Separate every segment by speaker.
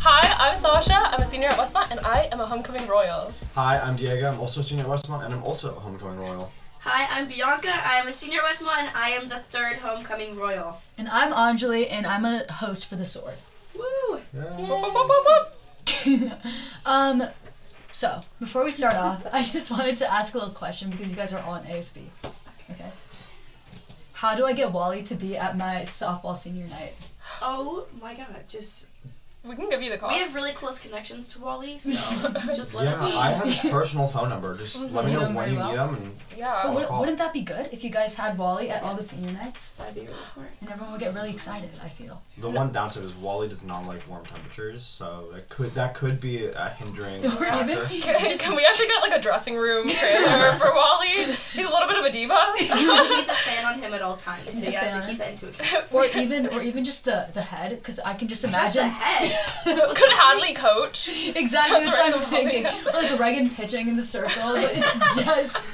Speaker 1: Hi, I'm Sasha. I'm a senior at Westmont, and I am a homecoming royal.
Speaker 2: Hi, I'm Diego. I'm also a senior at Westmont, and I'm also a homecoming royal.
Speaker 3: Hi, I'm Bianca. I am a senior at Westmont, and I am the third homecoming royal.
Speaker 4: And I'm Anjali, and I'm a host for the sword.
Speaker 3: Woo!
Speaker 1: Boop, boop, boop, boop, boop.
Speaker 4: um, so before we start off, I just wanted to ask a little question because you guys are all in ASB. Okay. How do I get Wally to be at my softball senior night?
Speaker 3: Oh my God! Just
Speaker 1: We can give you the cost.
Speaker 3: we have really close connections to Wally, so just let
Speaker 2: yeah,
Speaker 3: us know.
Speaker 2: I have his personal phone number. Just let me
Speaker 4: You
Speaker 2: know
Speaker 4: know
Speaker 2: when
Speaker 4: very
Speaker 2: you
Speaker 4: well.
Speaker 2: need him. And
Speaker 1: yeah.
Speaker 4: But
Speaker 2: Oh,
Speaker 4: wouldn't,
Speaker 2: cool.
Speaker 4: wouldn't that be good if you guys had Wally at all the senior nights?
Speaker 3: That'd be really smart.
Speaker 4: And everyone would get really excited, I feel.
Speaker 2: the one downside is Wally does not like warm temperatures, so that could that could be a hindering
Speaker 4: Or even,
Speaker 2: factor.
Speaker 1: Can, can we actually get like a dressing room trailer for Wally? He's a little bit of a diva.
Speaker 3: he needs a fan on him at all times, so
Speaker 4: Needs a
Speaker 3: you have to
Speaker 4: fan.
Speaker 3: keep that into account.
Speaker 4: or even, or even just the, the head, because I can just
Speaker 3: Just
Speaker 4: imagine.
Speaker 3: the head.
Speaker 1: Could Hadley coach?
Speaker 4: Exactly
Speaker 1: Just
Speaker 4: what I'm
Speaker 1: Reagan
Speaker 4: thinking.
Speaker 1: Wally.
Speaker 4: Or like Reagan pitching in the circle. but It's just,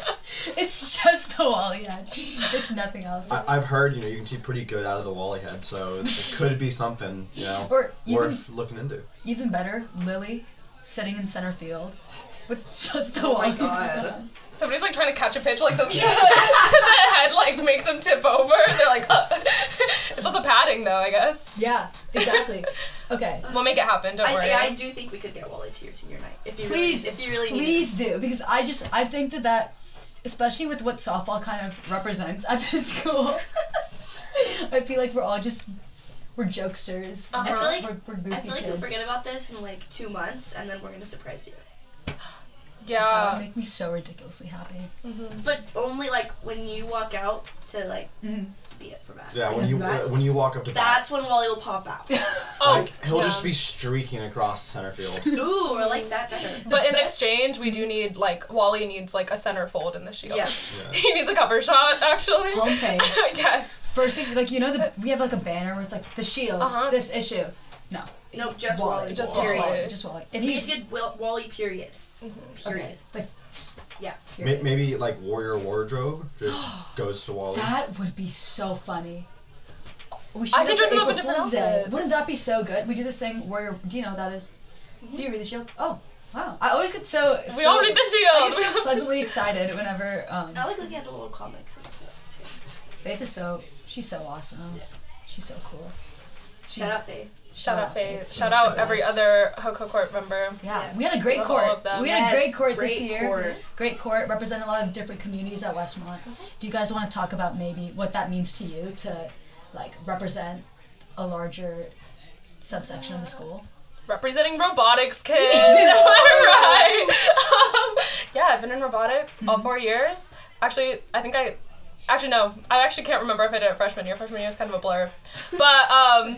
Speaker 4: it's just the Wally head. It's nothing else.
Speaker 2: I, I've heard you know you can see pretty good out of the Wally head, so it, it could be something you know
Speaker 4: Or even-
Speaker 2: worth looking into.
Speaker 4: Even better, Lily sitting in center field with just the
Speaker 3: Oh my
Speaker 4: Wally
Speaker 3: God.
Speaker 4: head.
Speaker 1: Somebody's like trying to catch a pitch, like the, the head like makes them tip over. They're like, uh. it's also padding though, I guess.
Speaker 4: Yeah, exactly. Okay,
Speaker 1: We'll make it happen. Don't
Speaker 3: I,
Speaker 1: worry.
Speaker 3: yeah, I do think we could get Wally to your senior night if you
Speaker 4: Please,
Speaker 3: really, if you really need.
Speaker 4: please do because I just I think that that, especially with what softball kind of represents at this school, I feel like we're all just we're jokesters.
Speaker 1: Uh-huh.
Speaker 3: I feel like-
Speaker 4: we're, we're goofy
Speaker 3: I feel like
Speaker 4: kids.
Speaker 3: you'll forget about this in like two months, and then we're gonna surprise you.
Speaker 4: that would
Speaker 1: yeah.
Speaker 4: make me so ridiculously happy.
Speaker 3: But only like when you walk out to like
Speaker 4: Mhm.
Speaker 3: be it for that.
Speaker 2: Yeah,
Speaker 4: Like
Speaker 2: when
Speaker 4: it's
Speaker 2: you
Speaker 4: back.
Speaker 2: uh, when you walk up to bat,
Speaker 3: That's when Wally will pop out.
Speaker 1: Oh,
Speaker 2: like he'll
Speaker 1: yeah.
Speaker 2: just be streaking across center field.
Speaker 3: Ooh, I like that better.
Speaker 1: But in exchange, we do need like Wally needs like a center fold in the shield.
Speaker 3: Yeah.
Speaker 2: Yeah.
Speaker 1: He needs a cover shot, actually.
Speaker 4: Home page.
Speaker 1: yes.
Speaker 4: First thing, like you know, the we have like a banner where it's like the shield,
Speaker 1: Uh-huh.
Speaker 4: this issue. No,
Speaker 3: No, just
Speaker 4: Wally,
Speaker 3: Wally.
Speaker 1: just
Speaker 4: just
Speaker 3: period.
Speaker 1: Wally.
Speaker 4: Wally, just Wally, and
Speaker 3: We
Speaker 4: he's
Speaker 3: did Will- Wally. Period. Period.
Speaker 4: okay, like s-
Speaker 3: Yeah.
Speaker 2: May
Speaker 4: period.
Speaker 2: Maybe like warrior wardrobe just goes to Wally.
Speaker 4: that would be so funny. We should
Speaker 1: I
Speaker 4: do
Speaker 1: can
Speaker 4: that
Speaker 1: dress
Speaker 4: for
Speaker 1: him up in
Speaker 4: April
Speaker 1: different
Speaker 4: Fool's Day.
Speaker 1: outfits.
Speaker 4: Wouldn't that be so good? We do this thing where do you know what that is? Do you read the shield? Oh, wow! I always get so,
Speaker 1: Mm-hmm. We
Speaker 4: so-
Speaker 1: all need the
Speaker 4: I
Speaker 1: shield.
Speaker 4: get so pleasantly excited whenever um,
Speaker 3: I like looking at the little comics and stuff. Too.
Speaker 4: Faith is so. She's so awesome. She's so cool. She's,
Speaker 3: Shout out Faith.
Speaker 1: Shout out
Speaker 4: Faith.
Speaker 1: Faith.
Speaker 4: She's
Speaker 1: Shout
Speaker 4: the
Speaker 1: out every
Speaker 4: best.
Speaker 1: other Hoko Court member.
Speaker 4: Yeah,
Speaker 3: Yes.
Speaker 4: we had a great
Speaker 1: Love
Speaker 4: court.
Speaker 1: all of them.
Speaker 4: We had a great
Speaker 3: Yes,
Speaker 4: court this
Speaker 3: great
Speaker 4: year.
Speaker 3: court.
Speaker 4: Great court represent a lot of different communities at Westmont. Do you guys want to talk about maybe what that means to you to like represent a larger subsection of the school?
Speaker 1: Representing robotics kids. Am I right? Um, yeah, I've been in robotics all
Speaker 4: Mm-hmm.
Speaker 1: four years. Actually, I think I. Actually, no. I actually can't remember if I did it freshman year. Freshman year is kind of a blur. But um,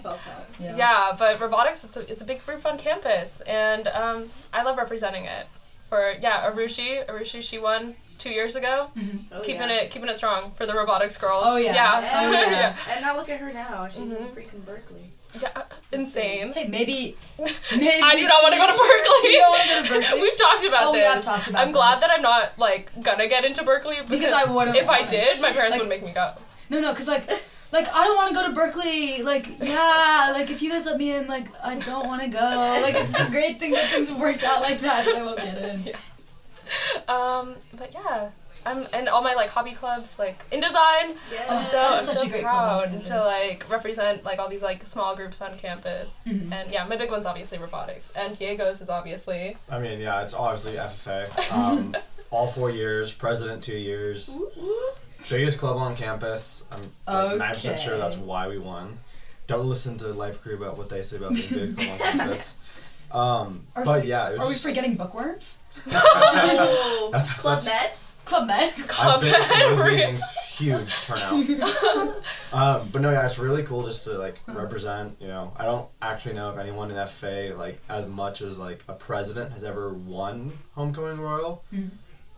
Speaker 4: Yeah.
Speaker 1: Yeah, but robotics, it's a, it's a big group on campus, and um, I love representing it. For yeah, Arushi, Arushi, she won two years ago,
Speaker 3: Oh,
Speaker 1: keeping
Speaker 3: yeah.
Speaker 1: it keeping it strong for the robotics girls.
Speaker 4: Mm-hmm. Oh, yeah.
Speaker 1: yeah,
Speaker 3: Yeah. Mm-hmm.
Speaker 4: Oh, yeah.
Speaker 3: And now look at her now. She's in freaking Berkeley.
Speaker 1: Yeah, insane.
Speaker 4: Hey, maybe. maybe
Speaker 1: I do not want to go to Berkeley.
Speaker 4: You don't want to go to Berkeley?
Speaker 1: We've talked about
Speaker 4: Oh, we
Speaker 1: this.
Speaker 4: have talked about
Speaker 1: I'm glad
Speaker 4: this.
Speaker 1: that I'm not like gonna get into Berkeley because,
Speaker 4: I wouldn't
Speaker 1: If I
Speaker 4: wanna.
Speaker 1: did, my parents
Speaker 4: Like-
Speaker 1: would make me go.
Speaker 4: No, no, because like, like I don't want to go to Berkeley. Like, yeah, like if you guys let me in, like I don't want to go. Like it's a great thing that things worked out like that. that I won't get in.
Speaker 1: Um, but yeah. I'm, and all my like hobby clubs, like in design,
Speaker 3: Yeah.
Speaker 4: Oh,
Speaker 1: So
Speaker 4: That
Speaker 1: I'm
Speaker 4: is such
Speaker 1: so
Speaker 4: a great club on
Speaker 1: proud to
Speaker 4: campus.
Speaker 1: like represent like all these like small groups on campus,
Speaker 4: Mm-hmm.
Speaker 1: and yeah, my big one's obviously robotics, and Diego's is obviously
Speaker 2: I mean, yeah, it's obviously FFA. Um, all four years, president two years, biggest club on campus. I'm like, 90% sure that's
Speaker 4: Okay.
Speaker 2: why we won. Don't listen to Life Crew about what they say about being biggest club on campus. Um,
Speaker 4: Are
Speaker 2: but
Speaker 4: we-
Speaker 2: yeah, it was
Speaker 4: Are we
Speaker 2: just-
Speaker 4: forgetting bookworms?
Speaker 3: Oh,
Speaker 2: That's-
Speaker 3: Club Med.
Speaker 4: Club Med.
Speaker 2: I've
Speaker 1: club.
Speaker 2: been to those
Speaker 1: Every-
Speaker 2: meetings, huge turnout. um, but no, yeah, it's really cool just to like represent. You know, I don't actually know if anyone in FFA like as much as like a president has ever won homecoming royal.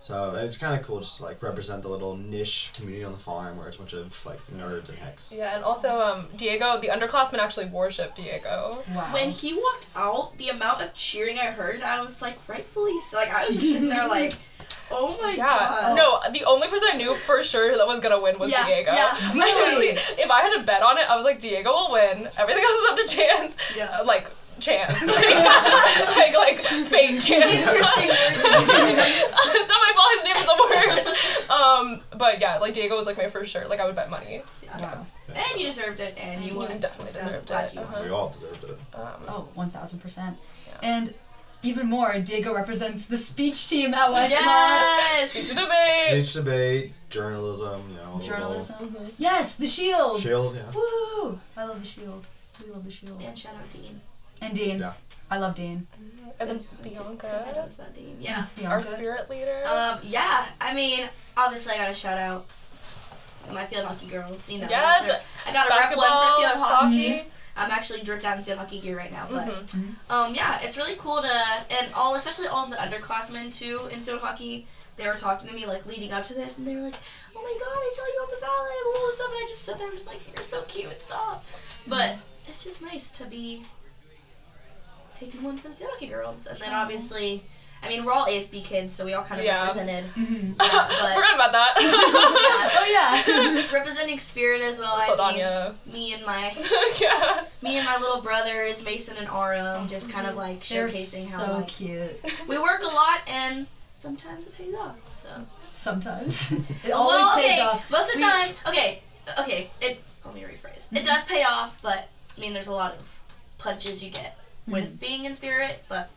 Speaker 2: So it's kind of cool just to, like represent the little niche community on the farm where it's a bunch of like nerds and hicks.
Speaker 1: yeah, and also um, Diego, the underclassmen actually worship Diego.
Speaker 4: Wow.
Speaker 3: When he walked out, the amount of cheering I heard, I was like, rightfully so. Like I was just sitting there, like, oh my
Speaker 1: Yeah,
Speaker 3: god.
Speaker 1: no, the only person I knew for sure that was gonna win was
Speaker 3: Yeah,
Speaker 1: Diego.
Speaker 3: yeah.
Speaker 1: I
Speaker 4: Really?
Speaker 1: honestly- if I had to bet on it, I was like Diego will win. Everything else is up to chance.
Speaker 3: Yeah.
Speaker 1: like chance. like, like fake chance.
Speaker 4: Interesting word to use.
Speaker 1: it's not my fault his name is a word. Um, but yeah, like Diego was like my first shirt. Like I would bet money.
Speaker 4: Wow.
Speaker 3: And you deserved it, and you
Speaker 1: You
Speaker 3: won.
Speaker 1: definitely
Speaker 3: so I'm
Speaker 1: deserved
Speaker 3: glad
Speaker 1: it.
Speaker 3: You won.
Speaker 1: Uh-huh.
Speaker 2: We all deserved it.
Speaker 1: Um,
Speaker 4: Oh, 1000%.
Speaker 1: Yeah.
Speaker 4: And even more, Diego represents the speech team at Westmont.
Speaker 3: Yes.
Speaker 1: teacher debate.
Speaker 2: Speech debate, journalism, you know. the
Speaker 4: Journalism.
Speaker 1: Mhm.
Speaker 4: Yes, the
Speaker 2: little
Speaker 4: shield.
Speaker 2: Shield, yeah.
Speaker 4: Woo! I love the shield. We love the shield.
Speaker 3: And shout out Dean.
Speaker 4: And Dean.
Speaker 2: Yeah.
Speaker 4: I love Dean.
Speaker 1: And then
Speaker 3: Good- good
Speaker 1: Bianca,
Speaker 3: kudos to that Dean. Yeah.
Speaker 1: our
Speaker 4: Bianca.
Speaker 1: spirit leader.
Speaker 3: Um. Yeah. I mean, obviously, I got to shout out my field hockey girls. You know,
Speaker 1: Yes.
Speaker 3: that's right. I got to rep one
Speaker 1: Basketball,
Speaker 3: for field hockey.
Speaker 1: hockey.
Speaker 3: I'm actually dripped down in field hockey gear right now, but
Speaker 1: Mhm.
Speaker 3: um, yeah, it's really cool to and all, especially all of the underclassmen too in field hockey. They were talking to me like leading up to this, and they were like, "Oh my god, I saw you on the ballet, blah, blah, blah, stuff." And I just sat there, and was like, "You're so cute and stuff." But it's just nice to be taking one for the field hockey girls, and then obviously, I mean, we're all ASB kids, so we all kind of
Speaker 1: Yeah.
Speaker 3: represented.
Speaker 4: Mhm.
Speaker 3: Yeah,
Speaker 1: Forgot about that.
Speaker 3: but
Speaker 4: Oh, yeah.
Speaker 3: yeah, representing spirit as well.
Speaker 1: Sold
Speaker 3: I mean,
Speaker 1: Anya.
Speaker 3: me and my
Speaker 1: yeah.
Speaker 3: me and my little brothers, Mason and Aram, just kind of like
Speaker 4: They're
Speaker 3: showcasing
Speaker 4: so
Speaker 3: how like,
Speaker 4: cute.
Speaker 3: we work a lot and sometimes it pays off. So
Speaker 4: Sometimes. It always
Speaker 3: well,
Speaker 4: pays
Speaker 3: okay,
Speaker 4: off.
Speaker 3: Most of the
Speaker 4: We-
Speaker 3: time, okay, okay. It let me rephrase. It does pay off, but I mean, there's a lot of punches you get
Speaker 4: Hmm.
Speaker 3: with being in spirit, but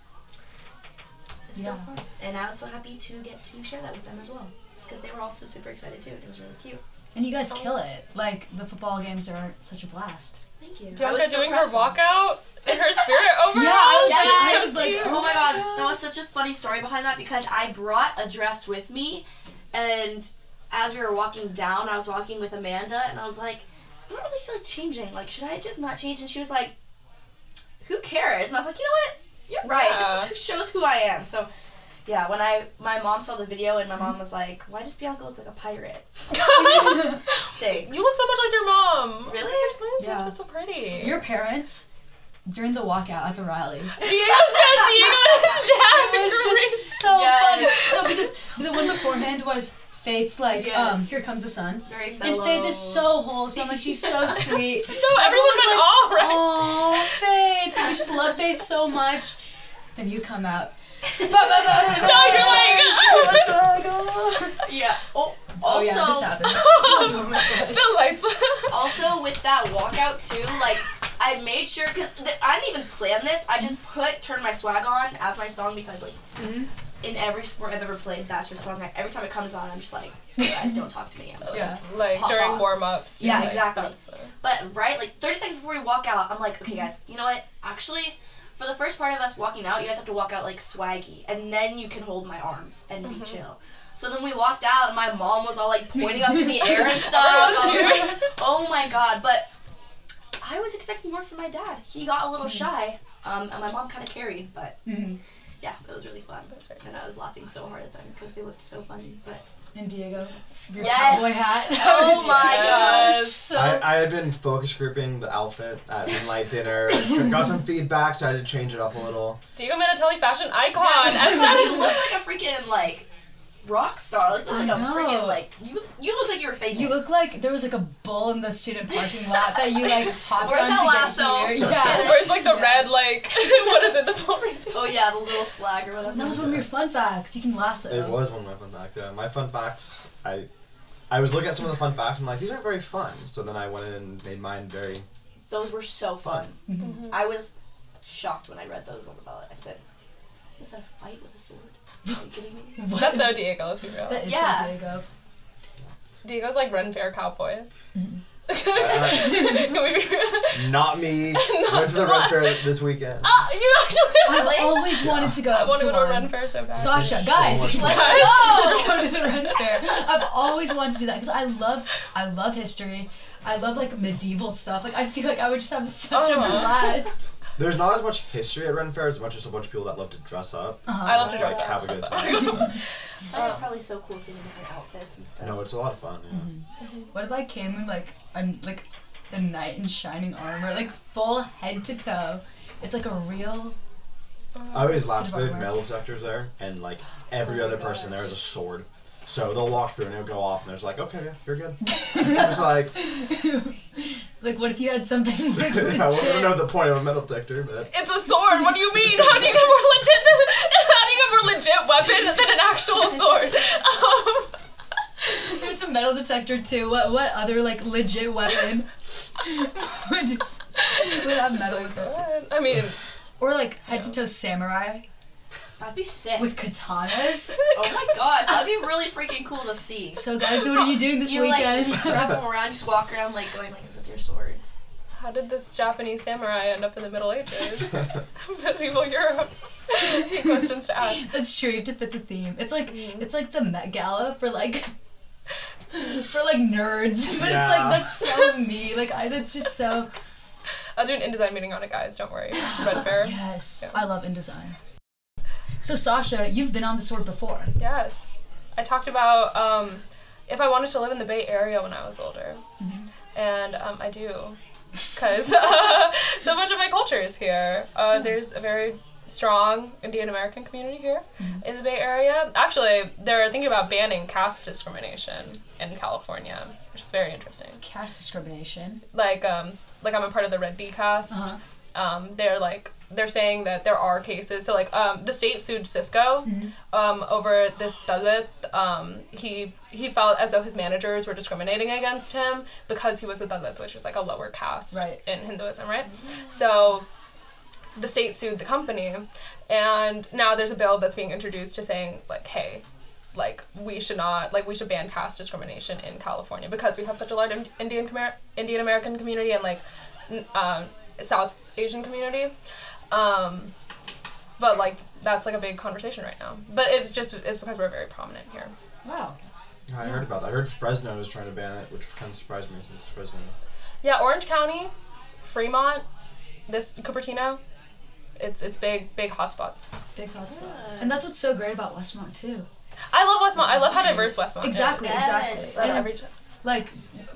Speaker 3: it's still
Speaker 4: Yeah.
Speaker 3: fun. And I was so happy to get to share that with them as well because they were also super excited too, and it was really cute.
Speaker 4: And you guys kill it. Like, the football games are such a blast.
Speaker 3: Thank you. I was
Speaker 1: Bianca
Speaker 3: so
Speaker 1: doing
Speaker 3: proud
Speaker 1: her
Speaker 3: of them.
Speaker 1: walkout in her spirit overall.
Speaker 4: Yeah, I was
Speaker 1: That's
Speaker 4: like- I
Speaker 1: so
Speaker 4: was like,
Speaker 1: cute.
Speaker 3: Oh my god, that was such a funny story behind that because I brought a dress with me, and as we were walking down, I was walking with Amanda, and I was like, I don't really feel like changing. Like, should I just not change? And she was like, Who cares? And I was like, You know what? You're right.
Speaker 1: Yeah.
Speaker 3: This is who shows who I am. So. Yeah, when I my mom saw the video and my mom was like, "Why does Bianca look like a pirate?"
Speaker 4: oh
Speaker 3: Thanks.
Speaker 1: You look so much like your mom.
Speaker 3: Really?
Speaker 1: Your
Speaker 4: Yeah.
Speaker 1: so pretty.
Speaker 4: Your parents, during the walkout at the rally,
Speaker 1: Diego's dad. Diego's dad.
Speaker 4: It was just so
Speaker 3: Yes.
Speaker 4: funny. No, because the one beforehand was Faith's like, um,
Speaker 3: Yes.
Speaker 4: Here Comes the Sun.
Speaker 3: very
Speaker 4: And
Speaker 3: mellow.
Speaker 4: Faith is so wholesome. Like, she's so sweet.
Speaker 1: No, everyone
Speaker 4: was
Speaker 1: went
Speaker 4: like,
Speaker 1: all right.
Speaker 4: Oh, Faith. I just love Faith so much. Then you come out. no, you're
Speaker 1: No, you're like
Speaker 3: yeah. Oh,
Speaker 4: Oh,
Speaker 3: also,
Speaker 4: yeah, this happens. Oh
Speaker 1: the lights.
Speaker 3: also with that walkout too like i made sure because th- i didn't even plan this i just put turn my swag on as my song because like in every sport i've ever played that's just song I, every time it comes on i'm just like you guys don't talk to me I'm like-
Speaker 4: Yeah.
Speaker 1: like
Speaker 3: Pop
Speaker 1: during
Speaker 3: off.
Speaker 1: warm ups.
Speaker 3: Yeah, exactly.
Speaker 1: That's the,
Speaker 3: but right like 30 seconds before we walk out i'm like okay guys you know what actually for the first part of us walking out you guys have to walk out like swaggy and then you can hold my arms and be chill so then we walked out and my mom was all like pointing up in the air and stuff I was like, Oh my god, but I was expecting more from my dad. He got a little shy, um, and my mom kind of carried, but
Speaker 4: Mhm.
Speaker 3: yeah, it was really fun. And I was laughing so hard at them because they looked so funny. But
Speaker 4: And Diego, your
Speaker 3: Yes.
Speaker 4: cowboy hat.
Speaker 3: Oh my
Speaker 4: That was
Speaker 1: gosh.
Speaker 4: So
Speaker 2: I, I had been focus grouping the outfit at midnight dinner. Got some feedback, so I had to change it up a little.
Speaker 1: Diego Minatelli, fashion icon.
Speaker 3: yeah,
Speaker 1: I'm
Speaker 3: his daddy
Speaker 1: sorry.
Speaker 3: looked like a freaking like rock star. Like, looked like
Speaker 4: I
Speaker 3: a freaking
Speaker 4: know.
Speaker 3: like you. You looked like you were fake.
Speaker 4: You look like there was like a bull in the student parking lot that you like hopped
Speaker 3: Where's
Speaker 4: on
Speaker 3: that
Speaker 4: to
Speaker 3: lasso?
Speaker 4: get here.
Speaker 3: Let's
Speaker 4: Yeah.
Speaker 3: get it.
Speaker 1: Where's like the
Speaker 4: Yeah.
Speaker 1: red like what is it? The Florence.
Speaker 3: Oh yeah, the little flag or whatever.
Speaker 4: That was one of your fun facts. You can lasso.
Speaker 2: It was one of my fun facts. Yeah, my fun facts. I I was looking at some of the fun facts. and I'm like, these aren't very fun. So then I went in and made mine very
Speaker 3: Those were so fun.
Speaker 2: fun.
Speaker 3: I was shocked when I read those on the ballot. I said, "He just had a fight with a sword." Are you kidding me?
Speaker 4: What?
Speaker 1: That's so Diego. Let's be real.
Speaker 4: That is
Speaker 3: Yeah.
Speaker 4: San Diego.
Speaker 1: Diego's like run fair cowboy.
Speaker 2: Uh,
Speaker 1: Can we be real?
Speaker 2: not me. Went to the run fair this weekend.
Speaker 1: Oh, you actually.
Speaker 4: I've always wanted to go.
Speaker 1: I want to go to a
Speaker 4: one.
Speaker 1: run fair Oh! so bad.
Speaker 4: Sasha,
Speaker 2: There's so
Speaker 4: guys,
Speaker 2: much
Speaker 4: let's,
Speaker 1: fun.
Speaker 4: go. let's go to the run fair. I've always wanted to do that because I love, I love history. I love like medieval stuff. Like I feel like I would just have such a
Speaker 1: Uh-huh.
Speaker 4: blast.
Speaker 2: There's not as much history at run fairs as much as a bunch of people that love to dress up.
Speaker 4: Uh-huh.
Speaker 1: I love to
Speaker 2: Like,
Speaker 1: dress up.
Speaker 2: have a good
Speaker 1: That's
Speaker 2: time.
Speaker 1: why.
Speaker 3: I
Speaker 4: Oh.
Speaker 3: think it's probably so cool seeing different outfits and stuff.
Speaker 2: No, it's a lot of fun. Yeah.
Speaker 4: What if I came in like a like a knight in shining armor, like full head to toe? It's like a real.
Speaker 2: I always laughed.
Speaker 4: Cinderella
Speaker 2: They had
Speaker 4: wear.
Speaker 2: metal detectors there, and like every
Speaker 4: Oh my
Speaker 2: other person there has a sword. So they'll walk through and it'll go off, and there's like, okay, yeah, you're good. it's like,
Speaker 4: Like, what if you had something like
Speaker 2: I
Speaker 4: legit?
Speaker 2: don't know the point of a metal detector, but
Speaker 1: It's a sword. What do you mean? How do you get more legit? Than, how do you get more legit weapon than an actual sword? Um,
Speaker 4: It's a metal detector too. What what other like legit weapon would, would have metal with it?
Speaker 1: Um, I mean,
Speaker 4: Or like head to toe samurai
Speaker 3: That'd be sick.
Speaker 4: with katanas.
Speaker 3: Oh my gosh, that'd be really freaking cool to see.
Speaker 4: So guys, what are you doing this
Speaker 3: You
Speaker 4: weekend?
Speaker 3: like wrap them around, just walk around like going like this with your swords.
Speaker 1: how did this Japanese samurai end up in the Middle Ages? Medieval Europe. Good questions to ask.
Speaker 4: That's true. You have to fit the theme. It's like
Speaker 3: Mm.
Speaker 4: it's like the Met Gala for like for like nerds, but it's
Speaker 2: Yeah.
Speaker 4: like that's so me. Like I that's just so
Speaker 1: I'll do an InDesign meeting on it, guys. Don't worry. Red Fair.
Speaker 4: yes.
Speaker 1: Yeah.
Speaker 4: I love InDesign. So Sasha, you've been on the sword before.
Speaker 1: Yes. I talked about um, if I wanted to live in the Bay Area when I was older.
Speaker 3: Mm-hmm.
Speaker 1: And um, I do. Because uh, so much of my culture is here. Uh, There's a very strong Indian American community here in the Bay Area. Actually, they're thinking about banning caste discrimination in California, which is very interesting.
Speaker 4: Caste discrimination.
Speaker 1: Like, um, like I'm a part of the Red D caste
Speaker 4: Uh-huh.
Speaker 1: um, they're like they're saying that there are cases. So like um, the state sued Cisco um, over this Dalit. Um, he he felt as though his managers were discriminating against him because he was a Dalit, which is like a lower caste
Speaker 4: Right.
Speaker 1: in Hinduism, right? So the state sued the company, and now there's a bill that's being introduced to saying like, hey. Like we should not like we should ban caste discrimination in California because we have such a large Ind- Indian Comer- Indian American community and like n- um, South Asian community. Um, but like that's like a big conversation right now. But it's just it's because we're very prominent here.
Speaker 4: Wow.
Speaker 2: I heard about that. I heard Fresno is trying to ban it, which kind of surprised me since Fresno.
Speaker 1: Yeah, Orange County, Fremont, this Cupertino, it's it's big big hotspots.
Speaker 4: Big hotspots. And that's what's so great about Westmont too.
Speaker 1: I love Westmont. I love how diverse Westmont is.
Speaker 4: Exactly,
Speaker 3: Yes.
Speaker 1: Out
Speaker 4: exactly. And
Speaker 1: of every
Speaker 4: it's, like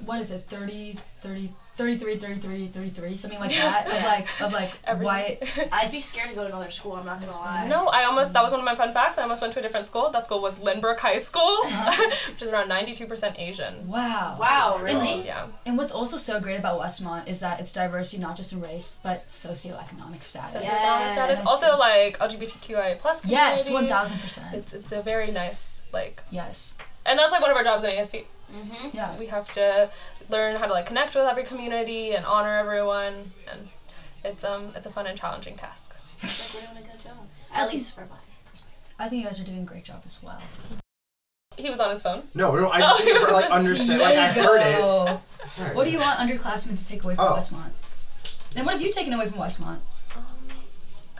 Speaker 4: what is it 30 30 33 33 33 something like that of like of like
Speaker 1: Every-
Speaker 4: white
Speaker 3: I'd be scared to go to another school. I'm not gonna lie.
Speaker 1: No, I almost that was one of my fun facts. I almost went to a different school. That school was Lynbrook High School, which is around 92% Asian.
Speaker 4: wow
Speaker 3: Wow, really?
Speaker 1: Yeah.
Speaker 4: and what's also so great about westmont is that it's diversity not just in race but socioeconomic status
Speaker 3: Yes.
Speaker 1: Socioeconomic status. Also like LGBTQIA plus
Speaker 4: yes 1000%
Speaker 1: It's it's a very nice like
Speaker 4: yes
Speaker 1: and that's like one of our jobs at ASP.
Speaker 3: Mm-hmm.
Speaker 4: yeah
Speaker 1: We have to learn how to like connect with every community and honor everyone, and it's um it's a fun and challenging task.
Speaker 3: Like we're doing a good job. At least for mine.
Speaker 4: i think you guys are doing a great job as well
Speaker 1: He was on his phone.
Speaker 2: No, no, I just didn't like understand. Like I heard it.
Speaker 4: Diego.
Speaker 2: Sorry.
Speaker 4: what do you want underclassmen to take away from
Speaker 2: Oh.
Speaker 4: westmont and what have you taken away from westmont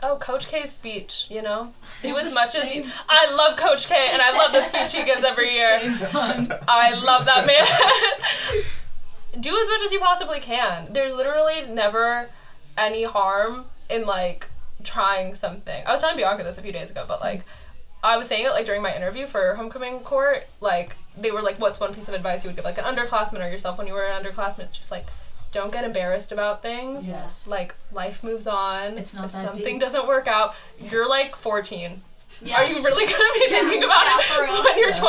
Speaker 1: Oh, Coach K's speech, you know, do
Speaker 4: It's
Speaker 1: as
Speaker 4: the
Speaker 1: much as you.
Speaker 4: same-
Speaker 1: I love Coach K, and I love the speech he gives
Speaker 4: It's
Speaker 1: every
Speaker 4: the
Speaker 1: year.
Speaker 4: same one.
Speaker 1: I love that man. Do as much as you possibly can. There's literally never any harm in like trying something. I was telling Bianca this a few days ago, but like I was saying it like during my interview for homecoming court, like they were like, "What's one piece of advice you would give like an underclassman or yourself when you were an underclassman?" It's Just like don't get embarrassed about things.
Speaker 4: Yes.
Speaker 1: Like life moves on.
Speaker 4: It's not
Speaker 1: if
Speaker 4: that
Speaker 1: something
Speaker 4: deep.
Speaker 1: doesn't work out. You're like 14.
Speaker 3: Yeah.
Speaker 1: Are you really gonna be thinking about
Speaker 3: Yeah, for real.
Speaker 1: it when you're
Speaker 4: Yeah. Mm-hmm.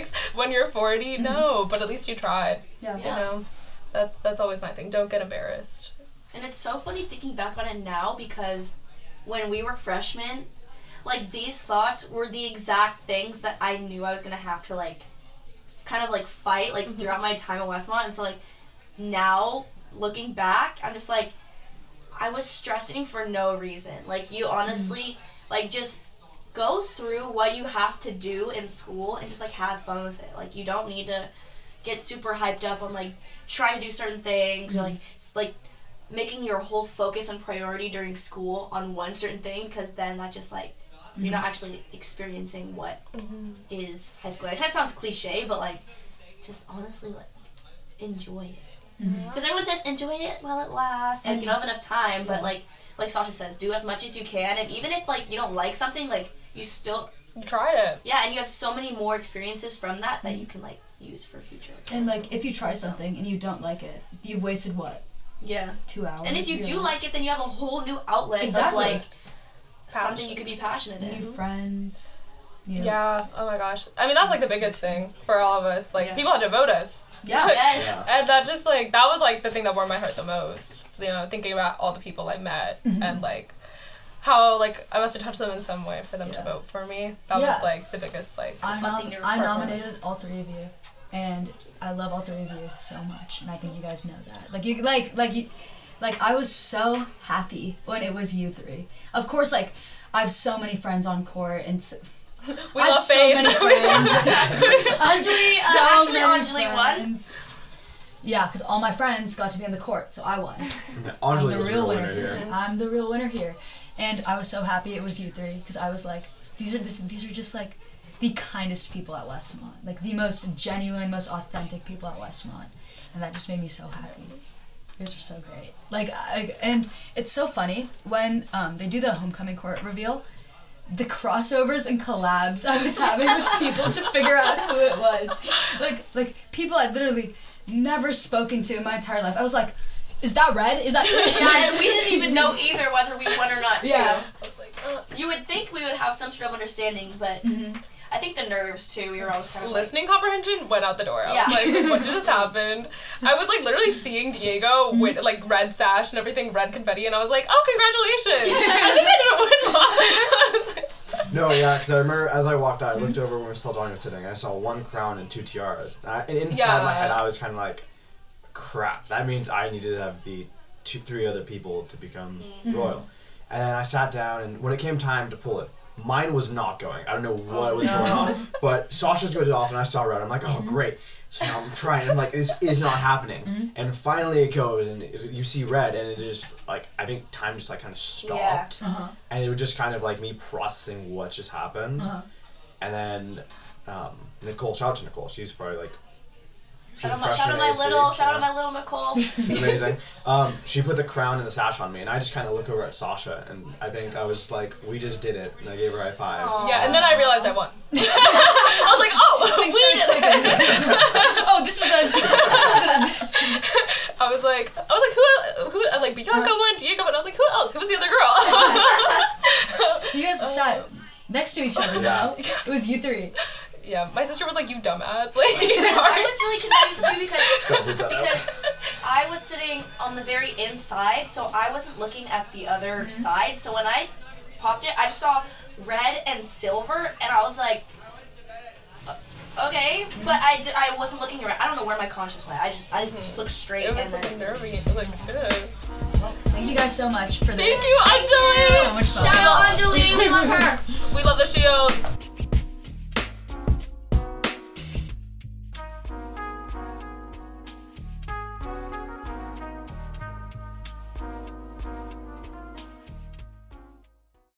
Speaker 1: 26, when you're 40? No, but at least you tried.
Speaker 4: yeah
Speaker 1: You know, that that's always my thing. Don't get embarrassed.
Speaker 3: And it's so funny thinking back on it now because when we were freshmen, like these thoughts were the exact things that I knew I was gonna have to like kind of like fight like throughout my time at Westmont. And so like now looking back, I'm just like I was stressing for no reason. Like you honestly like just go through what you have to do in school and just like have fun with it. Like you don't need to get super hyped up on like trying to do certain things or like like making your whole focus and priority during school on one certain thing because then that just like you're not actually experiencing what is high school. It kind of sounds cliche, but like just honestly like enjoy it because everyone says enjoy it while it lasts. Like you don't have enough time, but like like Sasha says, do as much as you can, and even if like you don't like something, like you still
Speaker 1: You tried it.
Speaker 3: yeah, and you have so many more experiences from that that you can like use for future.
Speaker 4: And like, if you try something and you don't like it, you've wasted what
Speaker 3: Yeah.
Speaker 4: two hours?
Speaker 3: And if you do
Speaker 4: Yeah.
Speaker 3: like it, then you have a whole new outlet
Speaker 4: Exactly.
Speaker 3: of like
Speaker 1: Passion.
Speaker 3: something you could be passionate
Speaker 4: new
Speaker 3: in.
Speaker 4: friends, You know?
Speaker 1: Yeah. Oh my gosh. I mean, that's like the biggest thing for all of us. Like
Speaker 3: Yeah.
Speaker 1: people had to vote us,
Speaker 4: Yeah.
Speaker 3: Yes.
Speaker 1: and that just like that was like the thing that warmed my heart the most. You know, thinking about all the people I met
Speaker 4: Mm-hmm.
Speaker 1: and like how like I must have touched them in some way for them to
Speaker 4: Yeah.
Speaker 1: vote for me. That
Speaker 4: Yeah.
Speaker 1: was like the biggest like.
Speaker 4: I,
Speaker 3: fun
Speaker 4: nom-
Speaker 3: thing to
Speaker 4: I
Speaker 3: refer to.
Speaker 4: nominated all three of you, and I love all three of you so much, and I think you guys know that. Like you, like like you, like I was so happy when it was you three. Of course, like I have so many friends on court, and so,
Speaker 1: We
Speaker 4: I have
Speaker 1: love
Speaker 4: so
Speaker 1: Faith.
Speaker 4: many friends.
Speaker 3: Actually, uh,
Speaker 4: So
Speaker 3: actually,
Speaker 4: many
Speaker 3: Anjali won.
Speaker 4: friends. Yeah, because all my friends got to be on the court, so I won. I'm
Speaker 2: Anjali
Speaker 4: the
Speaker 2: was
Speaker 4: real
Speaker 2: your
Speaker 4: winner
Speaker 2: winner
Speaker 4: here.
Speaker 2: here.
Speaker 4: I'm the real winner here, and I was so happy it was you three because I was like, these are this, these are just like the kindest people at Westmont, like the most genuine, most authentic people at Westmont, and that just made me so happy. Yours are so great. Like, I, and it's so funny when um, they do the homecoming court reveal. The crossovers and collabs I was having with people to figure out who it was, like like people I've literally never spoken to in my entire life. I was like, "Is that red? Is that?"
Speaker 3: Yeah, and we didn't even know either whether we won or not. Too.
Speaker 4: Yeah.
Speaker 1: I was like, uh,
Speaker 3: You would think we would have some sort of understanding, but
Speaker 4: Mm-hmm.
Speaker 3: I think the nerves too. We were always kind of like,
Speaker 1: listening comprehension went out the door. I
Speaker 3: Yeah.
Speaker 1: was like, what just happened? I was like literally seeing Diego with like red sash and everything, red confetti, and I was like, oh, congratulations! I think I didn't win one. I was like,
Speaker 2: No, yeah, because I remember as I walked out, I looked over when we saw Donnie was sitting, and I saw one crown and two tiaras. And, I, and inside my
Speaker 1: Yeah.
Speaker 2: head, I was kind of like, crap, that means I needed to have be two, three other people to become
Speaker 3: Mm-hmm.
Speaker 2: royal. And then I sat down, and when it came time to pull it, mine was not going. I don't know what
Speaker 3: Oh,
Speaker 2: was going on, but Sasha's goes off, and I saw red. I'm like, oh,
Speaker 3: Mm-hmm.
Speaker 2: great. So now I'm trying. I'm like, this is not happening. And finally it goes, and it, you see red, and it just, like, I think time just, like, kind of stopped
Speaker 4: Uh-huh.
Speaker 2: and it was just kind of like me processing what just happened.
Speaker 4: Uh-huh.
Speaker 2: And then um, Nicole, shout out to Nicole. She's probably like. she's
Speaker 3: shout
Speaker 2: a
Speaker 3: out my,
Speaker 2: freshman
Speaker 3: shout out
Speaker 2: at
Speaker 3: my
Speaker 2: ASB,
Speaker 3: little, shout out
Speaker 2: yeah.
Speaker 3: my little Nicole.
Speaker 2: She's amazing. Um, she put the crown and the sash on me, and I just kind of look over at Sasha, and I think I was just like, "We just did it," and I gave her a high five.
Speaker 3: Aw.
Speaker 1: yeah, and then I realized I won. I was like, oh, we did it.
Speaker 4: oh, this was a. This was a
Speaker 1: I was like, I was like, who? el- Who? I was like, Bianca
Speaker 3: Uh-huh.
Speaker 1: won, Diego won. I was like, who else? Who was the other girl?
Speaker 4: you guys sat next to each other. now.
Speaker 2: Yeah.
Speaker 4: it was you three.
Speaker 1: yeah, my sister was like, you dumbass. Like,
Speaker 3: I
Speaker 1: sorry.
Speaker 3: was really confused too because
Speaker 2: Doubled that up.
Speaker 3: because I was sitting on the very inside, so I wasn't looking at the other
Speaker 1: Mm-hmm.
Speaker 3: side. So when I popped it, I just saw red and silver, and I was like, "Uh, okay, but I, d- I wasn't looking around. I don't know where my conscience went. I just I just looked straight,
Speaker 1: Mm-hmm. It was
Speaker 3: and
Speaker 1: like
Speaker 3: then
Speaker 1: nervy. It was like, ugh.
Speaker 4: Thank you guys so much for
Speaker 1: Thank
Speaker 4: this.
Speaker 1: you, Anjali.
Speaker 4: This is so much fun.
Speaker 3: shout out Anjali, we love her.
Speaker 1: We love the shield.